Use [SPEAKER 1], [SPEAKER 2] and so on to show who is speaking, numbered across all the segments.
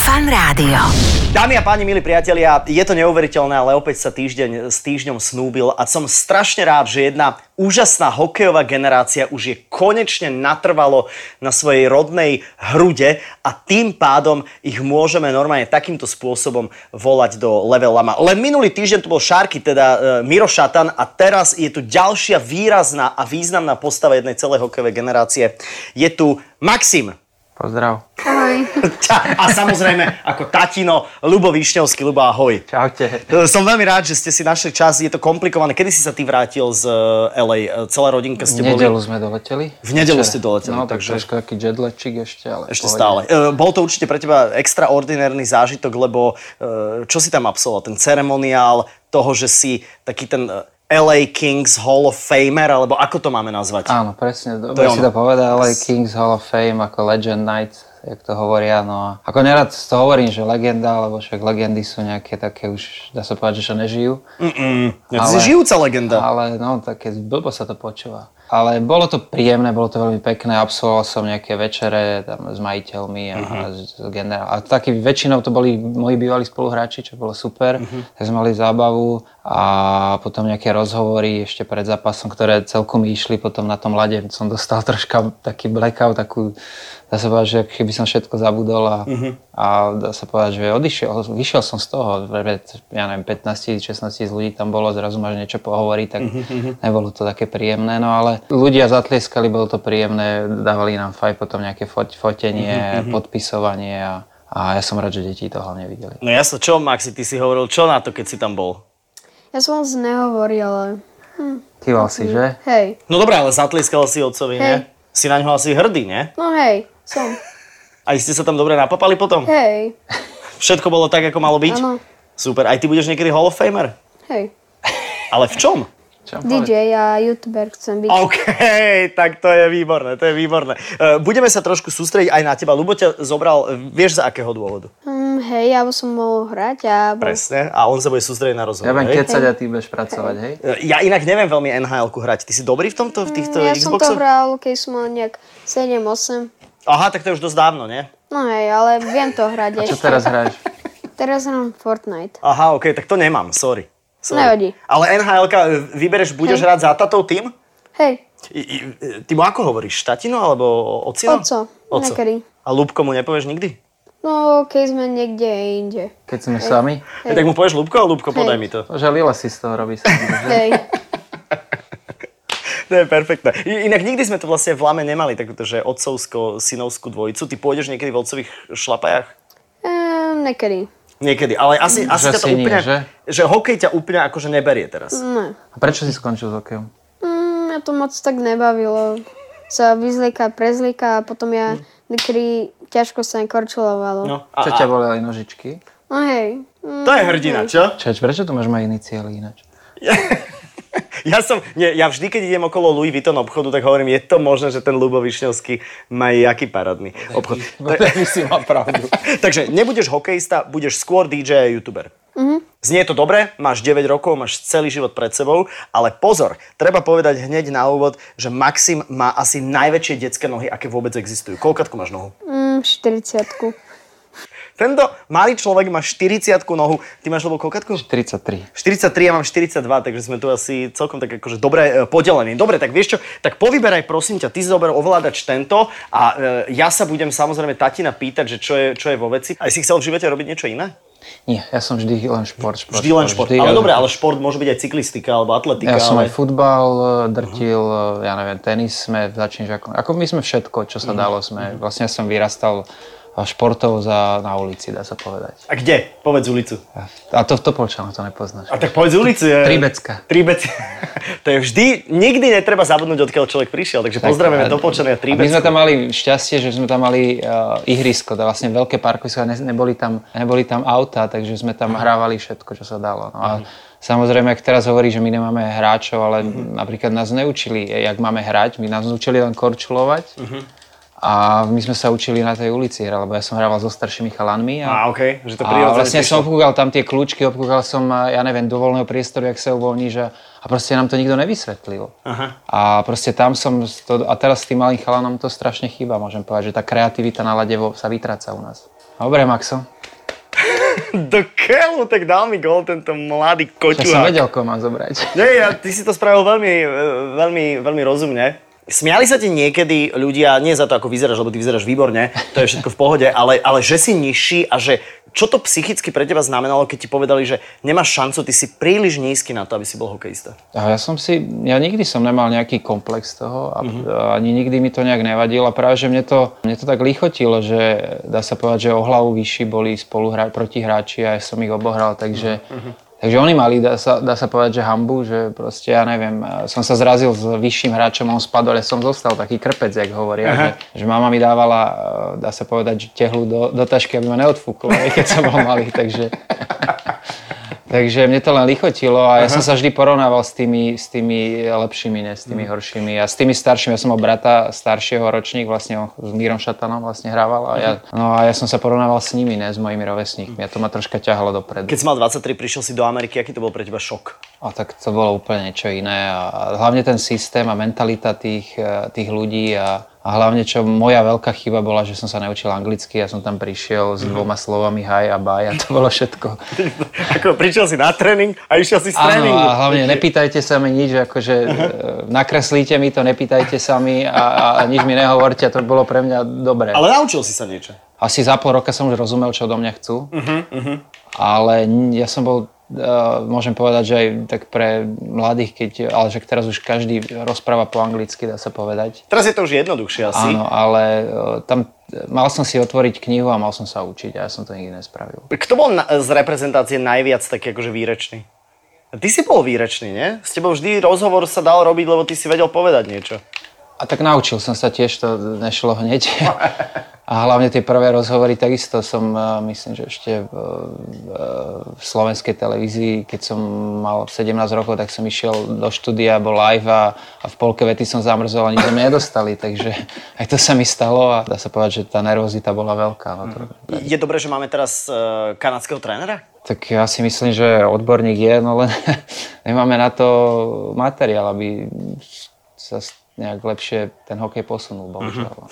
[SPEAKER 1] Rádio.
[SPEAKER 2] Dámy a páni, milí priatelia, je to neuveriteľné, ale opäť sa týždeň s týždňom snúbil a som strašne rád, že jedna úžasná hokejová generácia už je konečne natrvalo na svojej rodnej hrude a tým pádom ich môžeme normálne takýmto spôsobom volať do level lama. Len minulý týždeň tu bol Šárky, teda e, Miro Šatan a teraz je tu ďalšia výrazná a významná postava jednej celej hokejovej generácie. Je tu Maxim.
[SPEAKER 3] Pozdrav.
[SPEAKER 2] Ča- A samozrejme, ako tatino, Lubo Višňovský. Lubo, ahoj.
[SPEAKER 3] Čaute.
[SPEAKER 2] E, Som veľmi rád, že ste si našli čas, je to komplikované. Kedy si sa ty vrátil z e, LA? E, Celá rodinka
[SPEAKER 3] V
[SPEAKER 2] ste
[SPEAKER 3] nedelu
[SPEAKER 2] boli?
[SPEAKER 3] sme doleteli.
[SPEAKER 2] V nedelu
[SPEAKER 3] Večer.
[SPEAKER 2] ste doleteli,
[SPEAKER 3] No, tak
[SPEAKER 2] takže-
[SPEAKER 3] trošku taký jetlečik ešte, ale...
[SPEAKER 2] Ešte
[SPEAKER 3] pohode.
[SPEAKER 2] stále. E, Bol to určite pre teba extraordinárny zážitok, lebo e, čo si tam absolvoval? Ten ceremoniál toho, že si taký ten e, LA Kings Hall of Famer, alebo ako to máme nazvať?
[SPEAKER 3] Áno, presne, dobre
[SPEAKER 2] je
[SPEAKER 3] si
[SPEAKER 2] ono.
[SPEAKER 3] to povedal, ale Kings Hall of Fame ako Legend Night, jak to hovoria, no a ako nerad to hovorím, že legenda, lebo však legendy sú nejaké také už, dá sa povedať, že sa nežijú,
[SPEAKER 2] Ja, ty si
[SPEAKER 3] ale-
[SPEAKER 2] žijúca legenda.
[SPEAKER 3] ale no také blbo sa to počúva. Ale bolo to príjemné, bolo to veľmi pekné, absolvoval som nejaké večere tam s majiteľmi a, s- s generál. A taký väčšinou to boli moji bývalí spoluhráči, čo bolo super, tak sme mali zábavu a potom nejaké rozhovory ešte pred zápasom, ktoré celkom išli potom na tom lade, som dostal troška taký blackout, takú, dá sa povedať, že keby som všetko zabudol a, a dá sa povedať, že odišiel, vyšiel som z toho, pred, ja neviem, 15 16 tisíc ľudí tam bolo, zrazu máš niečo pohovoriť, tak nebolo to také príjemné, no ale ľudia zatlieskali, bolo to príjemné, dávali nám faj, potom nejaké fot, fotenie, podpisovanie a, a ja som rád, že deti to hlavne videli.
[SPEAKER 2] No jasno, čo Maxi, ty si hovoril, čo na to, keď si tam bol?
[SPEAKER 4] Ja som moc nehovoril, ale
[SPEAKER 3] Kýval si, že?
[SPEAKER 4] hej,
[SPEAKER 2] No dobré, ale zatliskal si otcovi,
[SPEAKER 4] Hej.
[SPEAKER 2] ne? Si na ňo asi hrdý, ne?
[SPEAKER 4] no hej, som,
[SPEAKER 2] A ste sa tam dobre napapali potom?
[SPEAKER 4] hej,
[SPEAKER 2] Všetko bolo tak, ako malo byť?
[SPEAKER 4] Áno.
[SPEAKER 2] Super. Aj ty budeš niekedy Hall of Famer?
[SPEAKER 4] hej.
[SPEAKER 2] Ale v čom?
[SPEAKER 3] Čo
[SPEAKER 4] DJ a youtuber chcem byť.
[SPEAKER 2] OK, tak to je výborné, to je výborné. E, Budeme sa trošku sústrediť aj na teba. Lubo ťa zobral, e, vieš za akého dôvodu?
[SPEAKER 4] Mm, hej, ja by som mohol hrať a bol...
[SPEAKER 2] Presne. A on sa bude sústrediť na rozhovor.
[SPEAKER 3] Ja budem
[SPEAKER 2] hej?
[SPEAKER 3] kecať a ty budeš pracovať, hej?
[SPEAKER 2] E, ja inak neviem veľmi nhl hrať. Ty si dobrý v tomto, v týchto
[SPEAKER 4] Mm, ja som to
[SPEAKER 2] Xboxoch?
[SPEAKER 4] hral, keď som mal nejak 7-8.
[SPEAKER 2] Aha, tak to je už dosť dávno, nie?
[SPEAKER 4] No hej, ale viem to hrať
[SPEAKER 3] Čo
[SPEAKER 4] ešte.
[SPEAKER 3] teraz hráš?
[SPEAKER 4] Teraz hrám Fortnite.
[SPEAKER 2] Aha, OK, tak to nemám, sorry. sorry.
[SPEAKER 4] Nevadí.
[SPEAKER 2] Ale nhl e, vybereš, budeš
[SPEAKER 4] Hej.
[SPEAKER 2] hrať za tatov tým?
[SPEAKER 4] Hej,
[SPEAKER 2] I, i, ty mu ako hovoríš? Tatino alebo ocino?
[SPEAKER 4] Oco, niekedy.
[SPEAKER 2] A Lúbko mu nepovieš nikdy?
[SPEAKER 4] no keď sme niekde inde.
[SPEAKER 3] Keď sme sami?
[SPEAKER 2] Hej. Tak mu povieš Lúbko a Lúbko,
[SPEAKER 4] Hej.
[SPEAKER 2] podaj mi to.
[SPEAKER 3] Žalila si z toho robí sa.
[SPEAKER 4] Hej,
[SPEAKER 2] To je perfektné. I- Inak nikdy sme to vlastne v Lame nemali, takúto, že otcovsko-synovskú dvojicu. Ty pôjdeš niekedy v otcových šlapajach?
[SPEAKER 4] ehm, niekedy.
[SPEAKER 2] Niekedy, ale asi, asi
[SPEAKER 3] že
[SPEAKER 2] ťa to
[SPEAKER 3] si nie,
[SPEAKER 2] úplne...
[SPEAKER 3] že?
[SPEAKER 2] že hokej ťa úplne akože neberie teraz.
[SPEAKER 4] No.
[SPEAKER 3] A prečo si skončil s hokejom?
[SPEAKER 4] Mm, mňa to moc tak nebavilo. Sa vyzlieka, prezlieka a potom ja niekedy ťažko sa korčulovalo.
[SPEAKER 2] No, a,
[SPEAKER 3] Čo
[SPEAKER 2] a,
[SPEAKER 3] ťa boleli nožičky?
[SPEAKER 4] no hej. Mm,
[SPEAKER 2] to je hrdina, čo?
[SPEAKER 3] Čač, prečo tu máš moje iniciály ináč?
[SPEAKER 2] Ja som, nie, ja vždy, keď idem okolo Louis Vuitton obchodu, tak hovorím, je to možné, že ten Lubo Višňovský má jaký parádny obchod. Tak-
[SPEAKER 3] by No, si mal pravdu.
[SPEAKER 2] Takže nebudeš hokejista, budeš skôr DJ a youtuber. Mm-hmm. Znie to dobre, máš 9 rokov, máš celý život pred sebou, ale pozor, treba povedať hneď na úvod, že Maxim má asi najväčšie detské nohy, aké vôbec existujú. Koľkatku máš nohu?
[SPEAKER 4] Mm, 40.
[SPEAKER 2] Tento malý človek má 40 nohu, ty máš lebo koľkatku?
[SPEAKER 3] 43.
[SPEAKER 2] 43, ja mám 42, takže sme tu asi celkom tak akože dobre e, podelení. Dobre, tak vieš čo, tak povyberaj prosím ťa, ty si zober ovládač tento a e, ja sa budem samozrejme tatina pýtať, že čo je, čo je vo veci. Aj si chcel v živote robiť niečo iné?
[SPEAKER 3] Nie, ja som vždy len šport, šport.
[SPEAKER 2] Vždy len šport.
[SPEAKER 3] vždy
[SPEAKER 2] Ale
[SPEAKER 3] len-
[SPEAKER 2] dobre, ale šport môže byť aj cyklistika alebo atletika.
[SPEAKER 3] Ja som
[SPEAKER 2] ale... Mhm.
[SPEAKER 3] aj futbal eh, drtil, eh, ja neviem, tenis sme začali, ako, ako my sme všetko, čo
[SPEAKER 2] Mhm.
[SPEAKER 3] sa dalo, sme, vlastne ja som vyrastal eh, športov za, na ulici, dá sa povedať.
[SPEAKER 2] A kde? Povedz ulicu.
[SPEAKER 3] A to v Topolčanoch to nepoznáš.
[SPEAKER 2] A tak povedz ulicu. Je...
[SPEAKER 3] Tribecka.
[SPEAKER 2] Tribec. to je vždy, nikdy netreba zabudnúť, odkiaľ človek prišiel. Takže pozdravujeme
[SPEAKER 3] a-
[SPEAKER 2] do Počania
[SPEAKER 3] A my
[SPEAKER 2] Tribecku.
[SPEAKER 3] sme tam mali šťastie, že sme tam mali uh, ihrisko, to vlastne veľké parkovisko, a ne, neboli, tam, neboli tam auta, takže sme tam hrávali všetko, čo sa dalo. No a
[SPEAKER 2] Mhm.
[SPEAKER 3] samozrejme, ak teraz hovorí, že my nemáme hráčov, ale
[SPEAKER 2] Mhm.
[SPEAKER 3] napríklad nás neučili, eh, jak máme hrať, my nás učili len korčulovať.
[SPEAKER 2] Mhm.
[SPEAKER 3] A my sme sa učili na tej ulici hrať, lebo ja som hrával so staršími chalanmi.
[SPEAKER 2] Á,
[SPEAKER 3] A,
[SPEAKER 2] okej, že to
[SPEAKER 3] a
[SPEAKER 2] prirodzene
[SPEAKER 3] vlastne
[SPEAKER 2] prišlo.
[SPEAKER 3] som obkúkal tam tie kľúčky, obkúkal som, a ja neviem, do voľného priestoru, jak sa uvoľní, že... A proste nám to nikto nevysvetlil.
[SPEAKER 2] Aha.
[SPEAKER 3] A proste tam som, to, a teraz s tým malým chalanom to strašne chýba, môžem povedať, že tá kreativita na lade vo- sa vytráca u nás. Dobre, Maxo.
[SPEAKER 2] do keľu, tak dal mi gol tento mladý
[SPEAKER 3] Ja som
[SPEAKER 2] koťuhák.
[SPEAKER 3] vedel, koho mám zobrať.
[SPEAKER 2] Nie, ja, ty si to spravil veľmi, e, veľmi, veľmi rozumne. Smiali sa ti niekedy ľudia, nie za to, ako vyzeráš, lebo ty vyzeráš výborne, to je všetko v pohode, ale, ale že si nižší a že čo to psychicky pre teba znamenalo, keď ti povedali, že nemáš šancu, ty si príliš nízky na to, aby si bol hokejista.
[SPEAKER 3] A ja som si, ja nikdy som nemal nejaký komplex toho a, mm-hmm. a ani nikdy mi to nejak nevadilo a práve, že mne to, mne to tak lichotilo, že dá sa povedať, že o hlavu vyšší boli spoluhra- protihráči a ja som ich obohral, takže, mm-hmm. takže oni mali, dá sa, dá sa povedať, že hambu, že proste ja neviem, a som sa zrazil s vyšším hráčom, on spadol, ja som zostal taký krpec, jak hovoria, že, že mama mi dávala, e, dá sa povedať, že tehlu do, do tašky, aby ma neodfúklo, aj keď som bol malý, takže... Takže mne to len lichotilo a ja som sa vždy porovnával s tými, s tými lepšími, ne, s tými horšími. A s tými staršími, ja som mal brata staršieho ročník, vlastne on s Mírom Šatanom vlastne hrával a ja, no a ja som sa porovnával s nimi, ne, s mojimi rovesníkmi a to ma troška ťahalo dopredu.
[SPEAKER 2] Keď si mal 23, prišiel si do Ameriky, aký to bol pre teba šok?
[SPEAKER 3] A tak to bolo úplne niečo iné a a hlavne ten systém a mentalita tých, e, tých ľudí a, a hlavne čo moja veľká chyba bola, že som sa neučil anglicky, ja som tam prišiel s dvoma slovami hi a bye a to bolo všetko.
[SPEAKER 2] Ako prišiel si na tréning a išiel si z
[SPEAKER 3] Áno,
[SPEAKER 2] tréningu.
[SPEAKER 3] a hlavne nepýtajte sa mi nič, akože e, nakreslíte mi to, nepýtajte sa mi a, a, a nič mi nehovorte, a to bolo pre mňa dobré.
[SPEAKER 2] Ale naučil si sa niečo.
[SPEAKER 3] Asi za pol roka som už rozumel, čo do mňa chcú,
[SPEAKER 2] Mhm,
[SPEAKER 3] ale n- ja som bol, e, môžem povedať, že aj tak pre mladých, keď, ale že teraz už každý rozpráva po anglicky, dá sa povedať.
[SPEAKER 2] Teraz je to už jednoduchšie asi.
[SPEAKER 3] Áno, ale e, tam e, mal som si otvoriť knihu a mal som sa učiť a ja som to nikdy nespravil.
[SPEAKER 2] Kto bol na, z reprezentácie najviac taký akože výrečný? Ty si bol výrečný, nie? S tebou vždy rozhovor sa dal robiť, lebo ty si vedel povedať niečo.
[SPEAKER 3] A tak naučil som sa tiež, to nešlo hneď. A hlavne tie prvé rozhovory takisto som, eh, myslím, že ešte v, eh, v slovenskej televízii, keď som mal 17 rokov, tak som išiel do štúdia, bol live a, a v polke vety som zamrzol a nič sme nedostali, takže aj to sa mi stalo a dá sa povedať, že tá nervozita bola veľká. No to,
[SPEAKER 2] Je dobré, že máme teraz uh, kanadského trénera?
[SPEAKER 3] tak ja si myslím, že odborník je, no len nemáme na to materiál, aby sa s- nejak lepšie ten hokej posunul, bohužiaľ. no.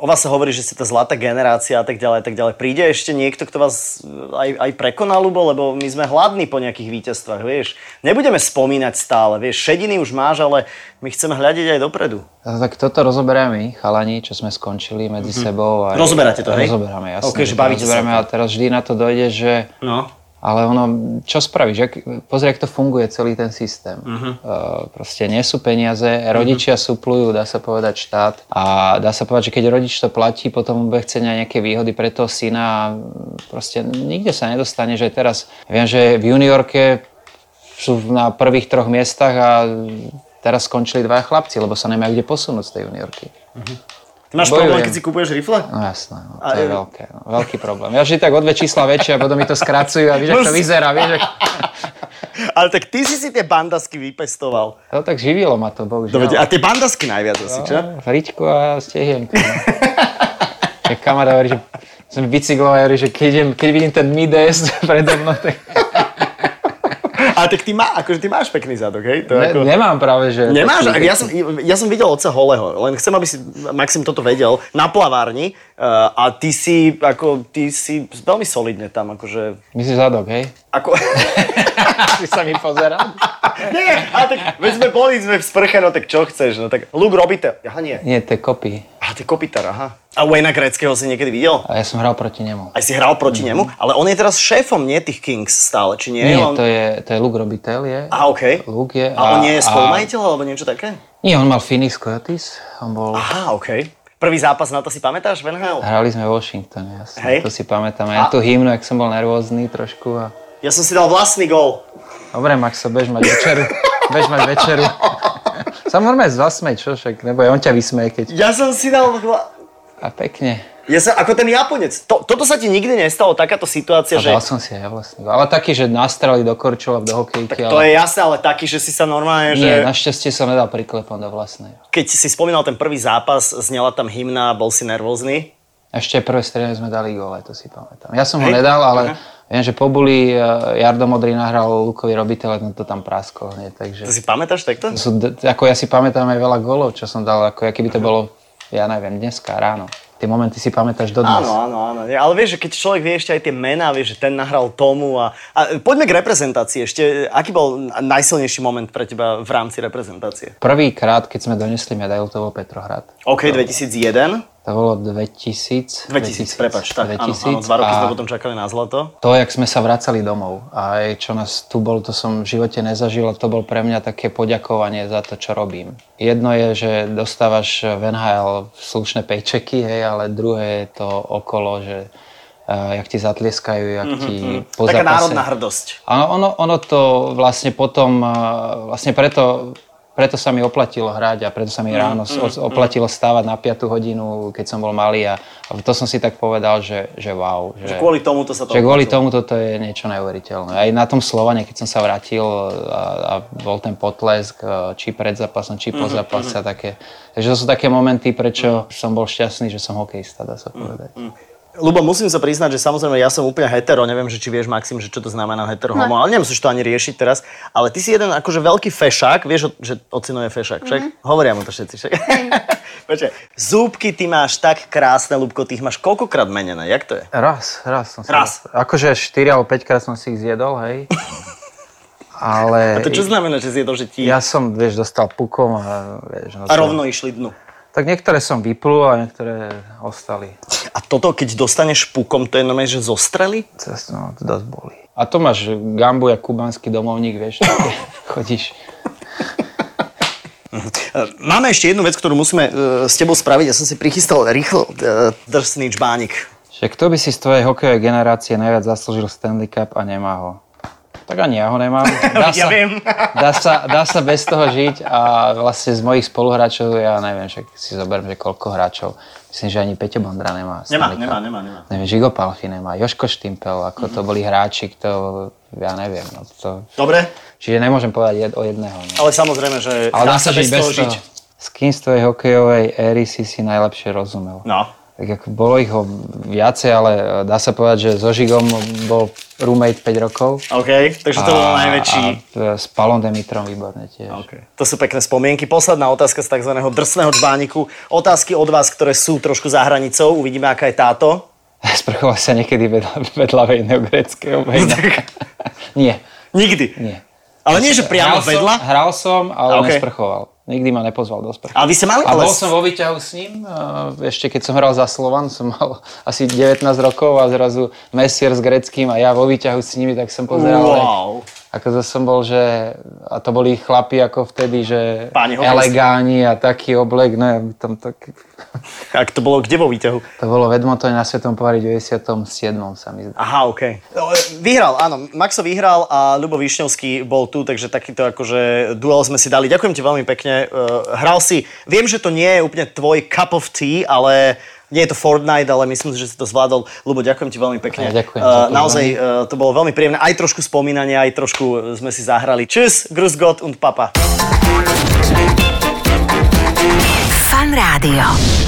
[SPEAKER 2] O vás sa hovorí, že ste tá zlatá generácia a tak ďalej a tak ďalej. Príde ešte niekto, kto vás e, aj, aj prekonal, Lubo, lebo my sme hladní po nejakých víťazstvách, vieš. Nebudeme spomínať stále, vieš, šediny už máš, ale my chceme hľadiť aj dopredu.
[SPEAKER 3] No, tak toto rozoberieme my, chalani, čo sme skončili medzi sebou. A
[SPEAKER 2] Mhm. Rozoberáte to, hej?
[SPEAKER 3] Rozoberáme, jasne.
[SPEAKER 2] OK, že
[SPEAKER 3] že to
[SPEAKER 2] bavíte sa
[SPEAKER 3] rozoberieme
[SPEAKER 2] o tom.
[SPEAKER 3] A teraz vždy na to dojde, že...
[SPEAKER 2] No.
[SPEAKER 3] Ale ono, čo spravíš? Jak, pozri, jak to funguje celý ten systém. Uh-huh. Uh, proste nie sú peniaze, rodičia uh-huh. suplujú, dá sa povedať, štát. A dá sa povedať, že keď rodič to platí, potom bude chce nejaké výhody pre toho syna. a Proste nikde sa nedostane, že teraz... Viem, že v juniorke sú na prvých troch miestach a teraz skončili dvaja chlapci, lebo sa nemajú kde posunúť z tej juniorky.
[SPEAKER 2] Ty máš
[SPEAKER 3] Bojujem.
[SPEAKER 2] problém, keď si kupuješ rifle?
[SPEAKER 3] No jasné, no, to
[SPEAKER 2] A-
[SPEAKER 3] je veľké, no, veľký problém. Ja vždy tak o dve čísla väčšie a potom mi to skracujú a vieš, ako to vyzerá, vieš, ak...
[SPEAKER 2] Ale tak ty si si tie bandasky vypestoval.
[SPEAKER 3] No tak živilo ma to, bohužiaľ.
[SPEAKER 2] Dobre, a tie bandasky najviac asi, čo?
[SPEAKER 3] No, Fričku a stehienku. No. Ja kamarát hovorí, že som bicykloval a hovorí, že keď, idem, keď vidím ten mides predo mnou, tak
[SPEAKER 2] Ale tak ty, má, akože ty máš pekný zadok, hej? To je
[SPEAKER 3] ne,
[SPEAKER 2] ako...
[SPEAKER 3] nemám práve, že...
[SPEAKER 2] Nemáš?
[SPEAKER 3] taký-
[SPEAKER 2] Ja som, ja som videl otca holého, len chcem, aby si Maxim toto vedel, na plavárni eh, a ty si, ako, ty si veľmi solidne tam, akože,
[SPEAKER 3] Myslíš zadok, hej?
[SPEAKER 2] ako...
[SPEAKER 3] Ty sa mi pozeral?
[SPEAKER 2] nie, a tak, veď sme boli, sme v sprche, no tak čo chceš, no tak, Luke robíte, aha nie,
[SPEAKER 3] Nie, to je kopy.
[SPEAKER 2] a ty kopitar, aha. A Wayna Greckého si niekedy videl?
[SPEAKER 3] A ja som hral proti nemu.
[SPEAKER 2] Aj si hral proti nemu, ale on je teraz šéfom, nie tých Kings stále, či nie?
[SPEAKER 3] Mm. Nie,
[SPEAKER 2] on...
[SPEAKER 3] to je, to je Luke Robitel, je.
[SPEAKER 2] A okej.
[SPEAKER 3] Luke je.
[SPEAKER 2] A, on nie je spolumajiteľ alebo niečo také?
[SPEAKER 3] Nie, on mal Phoenix Coyotes, on bol...
[SPEAKER 2] Aha, okej. Prvý zápas na to si pamätáš, Van Hale?
[SPEAKER 3] Hrali sme v Washingtone, jasne,
[SPEAKER 2] Hej.
[SPEAKER 3] to si pamätám. A ja
[SPEAKER 2] A-
[SPEAKER 3] tú hymnu, ak som bol nervózny trošku a...
[SPEAKER 2] Ja som si dal vlastný gól.
[SPEAKER 3] Dobre, Maxo, bež mať večeru. bež mať večeru. Samozrejme, zasmej, čo však, nebo on ťa vysmeje, keď...
[SPEAKER 2] Ja som si dal... vla-
[SPEAKER 3] A pekne.
[SPEAKER 2] Ja som, ako ten Japonec. To, toto sa ti nikdy nestalo, takáto situácia,
[SPEAKER 3] A
[SPEAKER 2] že...
[SPEAKER 3] dal som si aj ja vlastne. Ale taký, že nastrali do korčula, do hokejky,
[SPEAKER 2] To je
[SPEAKER 3] ale...
[SPEAKER 2] jasné, ale taký, že si sa normálne, že...
[SPEAKER 3] Nie, našťastie som nedal priklepom do vlastnej.
[SPEAKER 2] Keď si spomínal ten prvý zápas, znela tam hymna, bol si nervózny.
[SPEAKER 3] Ešte prvé strieľanie sme dali góle, to si pamätám. Ja som ho nedal, ale viem, že po buli eh, Jardo Modrý nahral Lukovi Robitele, ten to tam praskol hneď, takže...
[SPEAKER 2] To si pamätáš takto?
[SPEAKER 3] To sú, d- ako ja si pamätám aj veľa golov, čo som dal, ako keby to bolo, ja neviem, dneska ráno. tie momenty si pamätáš dodnes.
[SPEAKER 2] Áno, áno, áno. Ja, Ale vieš, že keď človek vie ešte aj tie mená, vie, že ten nahral tomu a, a poďme k reprezentácii ešte. Aký bol najsilnejší moment pre teba v rámci reprezentácie?
[SPEAKER 3] Prvýkrát, keď sme donesli medailu, to bol Petrohrad.
[SPEAKER 2] OK, 2001.
[SPEAKER 3] To bolo
[SPEAKER 2] 2000,
[SPEAKER 3] 2000.
[SPEAKER 2] prepač, tak, 2000, áno, áno, dva roky sme potom čakali na zlato.
[SPEAKER 3] to, jak sme sa vracali domov a aj čo nás tu bol, to som v živote nezažil a to bol pre mňa také poďakovanie za to, čo robím. Jedno je, že dostávaš v NHL slušné pejčeky, hej, ale druhé je to okolo, že uh, jak ti zatlieskajú, jak ti mm-hmm. po
[SPEAKER 2] Mhm, Taká
[SPEAKER 3] zápase-
[SPEAKER 2] národná hrdosť.
[SPEAKER 3] Áno, ono, ono to vlastne potom, eh, vlastne preto, preto sa mi oplatilo hrať a preto sa
[SPEAKER 2] Mm,
[SPEAKER 3] mi ráno s- o- oplatilo stávať na 5 hodinu, keď som bol malý a, a to som si tak povedal, že, že wow. Že,
[SPEAKER 2] Kvôli tomu to sa to
[SPEAKER 3] že kvôli tomu toto je niečo neuveriteľné. Aj na tom Slovane, keď som sa vrátil a, a bol ten potlesk, eh, či pred zápasom,
[SPEAKER 2] Mhm,
[SPEAKER 3] či po zápase a také. Takže to sú také momenty, prečo som bol šťastný, že som hokejista,
[SPEAKER 2] Mhm,
[SPEAKER 3] dá sa povedať.
[SPEAKER 2] Lubo, musím sa priznať, že samozrejme ja som úplne hetero, neviem, že či vieš, Maxim, že čo to znamená hetero homo, ale nemusíš to ani riešiť teraz. Ale ty si jeden akože veľký fešák, vieš, že ocino je fešák, však? Hovoria mu to všetci, však? Počkaj, zúbky ty máš tak krásne, Lubko, ty ich máš koľkokrát menené, jak to je?
[SPEAKER 3] Raz, raz som si...
[SPEAKER 2] Raz.
[SPEAKER 3] Akože 4 alebo 5 krát som si ich zjedol, hej.
[SPEAKER 2] A
[SPEAKER 3] Ale
[SPEAKER 2] to čo znamená, že si je to, že ti
[SPEAKER 3] ja som, vieš, dostal pukom a, vieš, no,
[SPEAKER 2] a rovno išli dnu?
[SPEAKER 3] Tak niektoré som vyplul a niektoré ostali.
[SPEAKER 2] A toto, keď dostaneš pukom, to je normálne, že zostreli?
[SPEAKER 3] To, no, to dosť boli. A to máš gambu, jak kubánsky domovník, vieš, také chodíš.
[SPEAKER 2] E, Máme ešte jednu vec, ktorú musíme e, s tebou spraviť. Ja som si prichystal rýchlo e, drsný čbánik.
[SPEAKER 3] Že kto by si z tvojej hokejovej generácie najviac zaslúžil Stanley Cup a nemá ho? Tak ani ja ho nemám. Dá
[SPEAKER 2] Ja viem.
[SPEAKER 3] dá, sa, dá sa bez toho žiť a vlastne z mojich spoluhráčov, ja neviem, však si zoberiem, že koľko hráčov. Myslím, že ani Peťo Bondra nemá. Mhm.
[SPEAKER 2] Nemá,
[SPEAKER 3] Stanley Cup.
[SPEAKER 2] nemá, nemá, nemá.
[SPEAKER 3] Neviem, Žigo Palchy nemá, Joško Štimpel, ako to boli hráči, kto, ja neviem, no to...
[SPEAKER 2] Dobre,
[SPEAKER 3] Čiže nemôžem povedať jed, o jedného. No.
[SPEAKER 2] ale samozrejme, že
[SPEAKER 3] Ale dá sa žiť bez toho.
[SPEAKER 2] žiť.
[SPEAKER 3] S kým z tvojej hokejovej éry si si najlepšie rozumel?
[SPEAKER 2] No.
[SPEAKER 3] Tak ako bolo ich ho viacej, ale e, dá sa povedať, že so Žigom bol roommate 5 rokov.
[SPEAKER 2] OK, takže to bol najväčší.
[SPEAKER 3] A, a s Palom Demitrom výborne tiež.
[SPEAKER 2] To sú pekné spomienky. Posledná otázka z tzv. drsného čbániku. Otázky od vás, ktoré sú trošku za hranicou. Uvidíme, aká je táto.
[SPEAKER 3] Sprchoval sa niekedy vedľa, vedľa vejného
[SPEAKER 2] No
[SPEAKER 3] greckého vejna. Nie.
[SPEAKER 2] Nikdy.
[SPEAKER 3] Nie.
[SPEAKER 2] Ale nie, že priamo
[SPEAKER 3] hral som-
[SPEAKER 2] vedľa.
[SPEAKER 3] hral som, ale
[SPEAKER 2] Ok.
[SPEAKER 3] nesprchoval. Nikdy ma nepozval do sprchy.
[SPEAKER 2] Ale vy ste mali-
[SPEAKER 3] A
[SPEAKER 2] ale-
[SPEAKER 3] bol som vo výťahu s ním, eh, ešte keď som hral za Slovan, som mal asi 19 rokov a zrazu Messier s Greckým a ja vo výťahu s nimi, tak som pozeral.
[SPEAKER 2] Wow.
[SPEAKER 3] Ako zase som bol, že... A to boli chlapi ako vtedy, že...
[SPEAKER 2] Páni hokejisti.
[SPEAKER 3] elegáni a taký oblek, no ja by tam tak...
[SPEAKER 2] Ak to bolo kde vo výťahu?
[SPEAKER 3] To bolo vedmo, to je na Svetom pohári 97. sa mi zdá.
[SPEAKER 2] Aha, OK. No, e, Vyhral, áno. Maxo vyhral a Ľubo Višňovský bol tu, takže takýto akože duel sme si dali. Ďakujem ti veľmi pekne. E, Hral si, viem, že to nie je úplne tvoj cup of tea, ale nie je to Fortnite, ale myslím si, že si to zvládol. Ľubo, ďakujem ti veľmi pekne.
[SPEAKER 3] Ja ďakujem
[SPEAKER 2] E,
[SPEAKER 3] za pozvanie.
[SPEAKER 2] Naozaj e, to bolo veľmi príjemné. Aj trošku spomínania, aj trošku sme si zahrali. Čus, grüß Gott und Papa.
[SPEAKER 1] Fan Rádio.